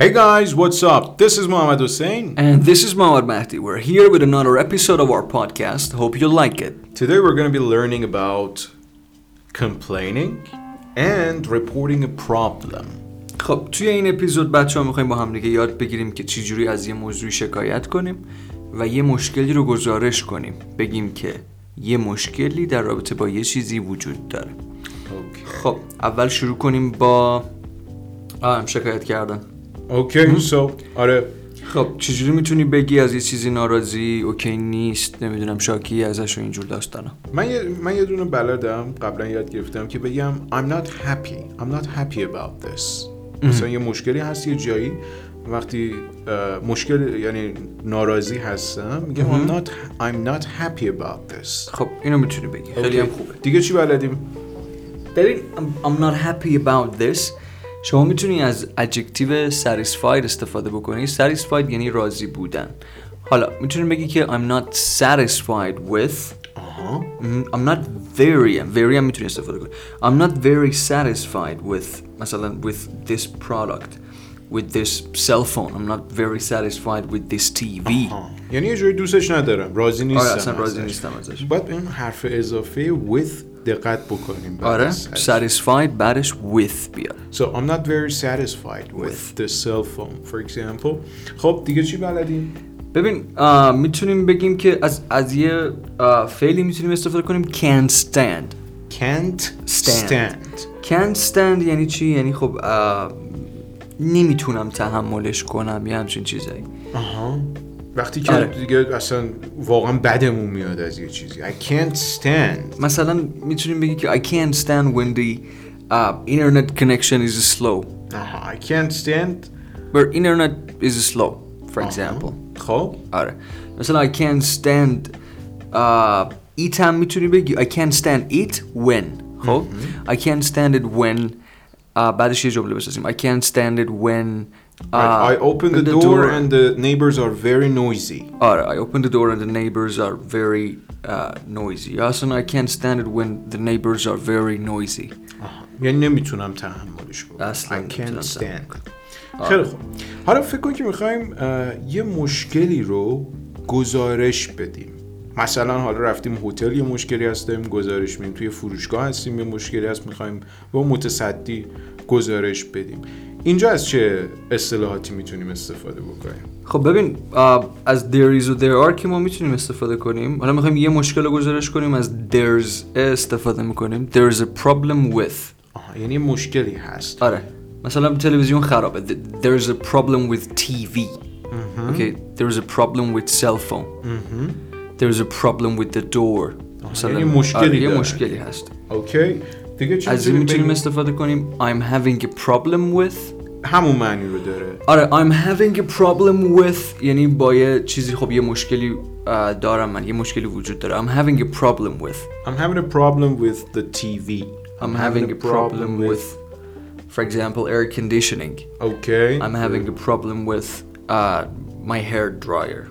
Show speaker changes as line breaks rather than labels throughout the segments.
Hey guys, what's up? This is Mohammad Hussein.
And this is Mawar Mahdi. We're here with another episode of our podcast. Hope you like it.
Today we're going to be learning about complaining and reporting a problem.
خب توی این اپیزود بچه ها میخوایم با همدیگه یاد بگیریم که چجوری از یه موضوعی شکایت کنیم و یه مشکلی رو گزارش کنیم بگیم که یه مشکلی در رابطه با یه چیزی وجود داره
Okay.
خب اول شروع کنیم با آم شکایت کردن
Okay,
Hmm?
so آره
خب چجوری میتونی بگی از یه چیزی ناراضی اوکی نیست نمیدونم شاکی ازش و اینجور داستانا
من یه, من یه دونه بلدم قبلا یاد گرفتم که بگم I'm not happy I'm not happy about this مثلا یه مشکلی هست یه جایی وقتی اه، مشکل یعنی ناراضی هستم میگم I'm not I'm not happy about this
خب اینو میتونی بگی خیلی هم
Okay.
خوبه
دیگه چی بلدیم
ببین I'm- I'm not happy about this شما میتونی از adjective satisfied استفاده بکنی satisfied یعنی راضی بودن حالا میتونی بگی که I'm not satisfied with
آها
م، I'm not very very هم میتونی استفاده کنی I'm not very satisfied with مثلا with this product with this cell phone I'm not very satisfied with this TV
آه. یعنی یه جوری دوستش ندارم راضی نیستم
آره اصلا راضی
ازش.
نیستم ازش
باید این حرف اضافه with دقت بکنیم بعد
آره
از satisfied.
satisfied بعدش with بیاد
So I'm not very satisfied with the cell phone for example خب دیگه چی بلدیم؟
ببین آه، میتونیم بگیم که از از یه آه، فعلی میتونیم استفاده کنیم can stand
Can't
Stand.
stand.
can stand یعنی چی یعنی خب آه، نمیتونم تحملش کنم یه همچین چیزایی
آها وقتی که
آره.
دیگه اصلا واقعا بدمون میاد از یه چیزی I can't stand
مثلا میتونیم بگی که I can't stand when the uh, internet connection is slow
آها I can't stand
where internet is slow for
آها.
example
خب
آره مثلا I can't stand uh, eat هم میتونی بگی I can't stand it when خب I can't stand it when uh, بعدش یه جمله بسازیم I can't stand it when uh,
I open the, door, and the neighbors are very noisy
آره I open the door and the neighbors are very uh, noisy یا اصلا I can't stand it when the neighbors are very noisy
آها. یعنی نمیتونم تحملش بکنم
اصلا
I
نمیتونم
can't
تحمل آره.
stand خیلی خوب حالا فکر کن که میخوایم یه مشکلی رو گزارش بدیم مثلا حالا رفتیم هتل یه مشکلی هست داریم گزارش میدیم توی فروشگاه هستیم یه مشکلی هست میخوایم با متصدی گزارش بدیم اینجا از چه اصطلاحاتی میتونیم استفاده بکنیم
خب ببین آه، از uh, there is و there are که ما میتونیم استفاده کنیم حالا میخوایم یه مشکل رو گزارش کنیم از there's استفاده میکنیم there's a problem with
آها یعنی مشکلی هست
آره مثلا تلویزیون خرابه Th- there's a problem with TV okay there's a problem with cell phone there's a problem with the door مثلا
یعنی مشکلی
آره، Mm-hmm. یه
داره.
مشکلی هست
اوکی دیگه چی
از این
می‌تونیم
میتونیم
بگیم؟
استفاده کنیم I'm having a problem with
همون معنی رو داره
آره I'm having a problem with یعنی با یه چیزی خب یه مشکلی آه، دارم من یه مشکلی وجود داره I'm having a problem with
I'm having a problem with the TV
I'm having a problem with for example air conditioning
Okay.
I'm having a problem with uh, my hair dryer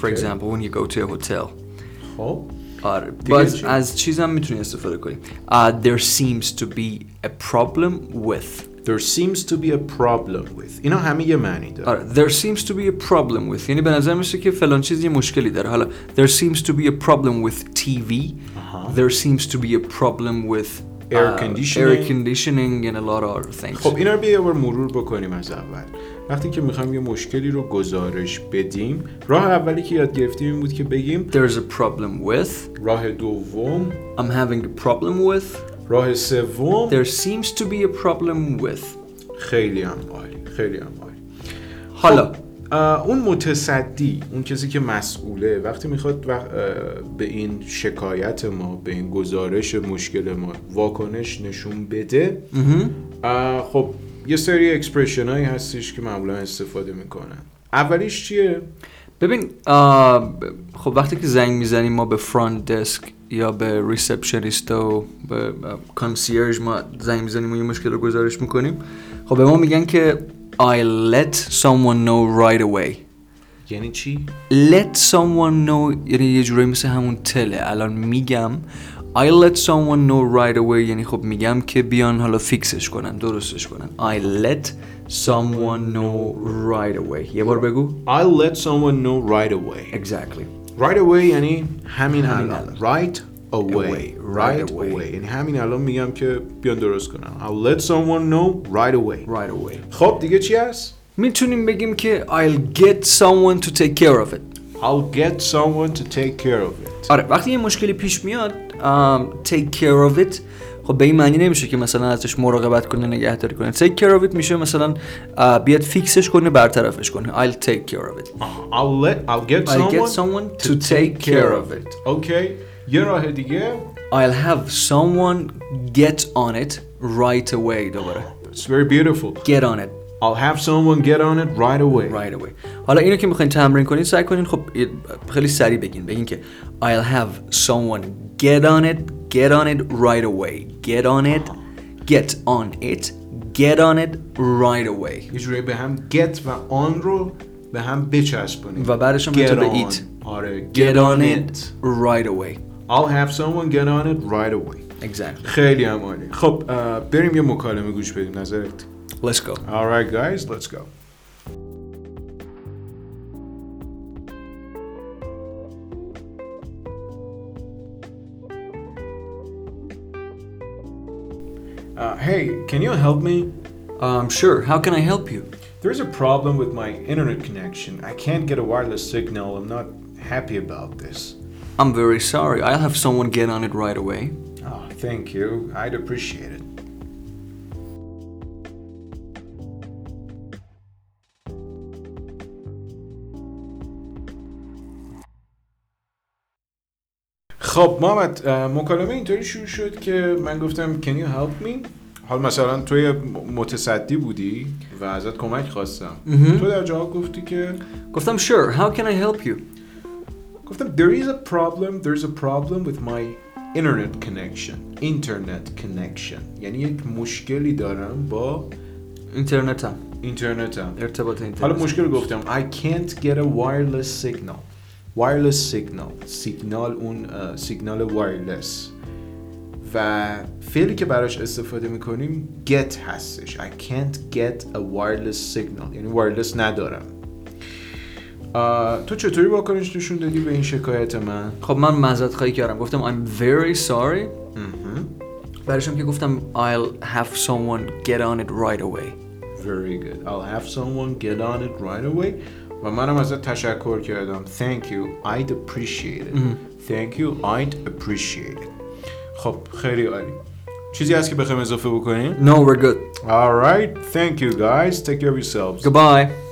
for
Okay.
example when you go to a hotel uh,
خب
آره
دیگه
باز
چی؟
از چیزم میتونی استفاده کنی uh, there seems to be a problem with
There seems to be a problem with اینا همه یه معنی داره
آره uh, there seems to be a problem with یعنی به نظر میشه که فلان چیز یه مشکلی داره حالا there seems to be a problem with TV
آها.
there seems to be a problem with
Uh-huh. Air
uh, air
conditioning.
conditioning and a lot of other things
خب اینا رو بیا یه بار مرور بکنیم از اول وقتی که میخوایم یه مشکلی رو گزارش بدیم راه اولی که یاد گرفتیم این بود که بگیم
there's a problem with
راه دوم
I'm having a problem with
راه سوم
there seems to be a problem with
خیلی هم عالی خیلی هم عالی
حالا
خب، اه، اون متصدی اون کسی که مسئوله وقتی میخواد وق- اه، به این شکایت ما به این گزارش مشکل ما واکنش نشون بده اه، خب یه سری اکسپرشن هایی هستش که معمولا استفاده میکنن اولیش چیه؟
ببین آه، ب- خب وقتی که زنگ میزنیم ما به فرانت دسک یا به ریسپشنیست و به کانسیرج ما زنگ میزنیم و یه مشکل رو گزارش میکنیم خب به ما میگن که I let someone know right away
یعنی چی؟
let someone know یعنی یه جورایی مثل همون تله الان میگم I let someone know right away یعنی خب میگم که بیان حالا فیکسش کنن درستش کنن I let someone know right away یه بار بگو
I'll let someone know right away
Exactly
right away یعنی همین
همین
الان right away
Away.
right
Right away.
away یعنی همین الان میگم که بیان درست کنن I'll let someone know right away
right away
خب دیگه چی هست؟
میتونیم بگیم که I'll get someone to take care of it
I'll get someone to take care of it
آره وقتی یه مشکلی پیش میاد um, take care of it خب به این معنی نمیشه که مثلا ازش مراقبت کنه نگهداری کنه take care of it میشه مثلا آه، بیاد فیکسش کنه برطرفش کنه I'll take care of it
I'll let I'll get
I'll
someone,
get someone to take care of it
Okay یه راه دیگه
I'll have someone get on it right away دوباره
It's very beautiful
get on it
I'll have someone get on it right away
right away حالا اینو که میخواین تمرین کنین سعی کنین خب خیلی سریع بگین بگین که I'll have someone get on it get on it right away get on it get on it get on it right away
یه جوری به هم get و on رو به هم بچسبونیم
و بعدش هم
Get
می‌تونه به
on.
it.
آره
get on it right away
I'll have someone get on it right away
exactly
خیلی هم عالی خب اه، بریم یه مکالمه گوش بدیم نظرت
let's go
Alright guys let's go Uh, hey, can you help me?
um, sure how can I help you
There's a problem with my internet connection. I can't get a wireless signal. I'm not happy about this.
I'm very sorry I'll have someone get on it right away
Oh, thank you. I'd appreciate it. خب محمد اه، مکالمه اینطوری شروع شد که من گفتم can you help me حال مثلا تو یه م- متصدی بودی و ازت کمک خواستم تو در جواب گفتی که
گفتم sure how can I help you
گفتم there is a problem there is a problem with my internet connection internet connection یعنی یک مشکلی دارم با
اینترنتم
اینترنتم
ارتباط اینترنت
حالا مشکل رو گفتم I can't get a wireless signal wireless signal سیگنال اون اه، سیگنال وایرلس و فعلی که براش استفاده میکنیم get هستش I can't get a wireless signal یعنی وایرلس ندارم اه، تو چطوری واکنش نشون دادی به این شکایت من؟
خب من معذرت خواهی کردم گفتم I'm very sorry برشم که گفتم I'll have someone get on it right away
Very good. I'll have someone get on it right away. و منم ازت تشکر کردم. Thank you. I'd appreciate it. Thank you. I'd appreciate it. خب خیلی عالی. چیزی هست که بخوایم اضافه بکنیم؟
No we're good
Alright. Thank you guys. Take care of yourselves.
Goodbye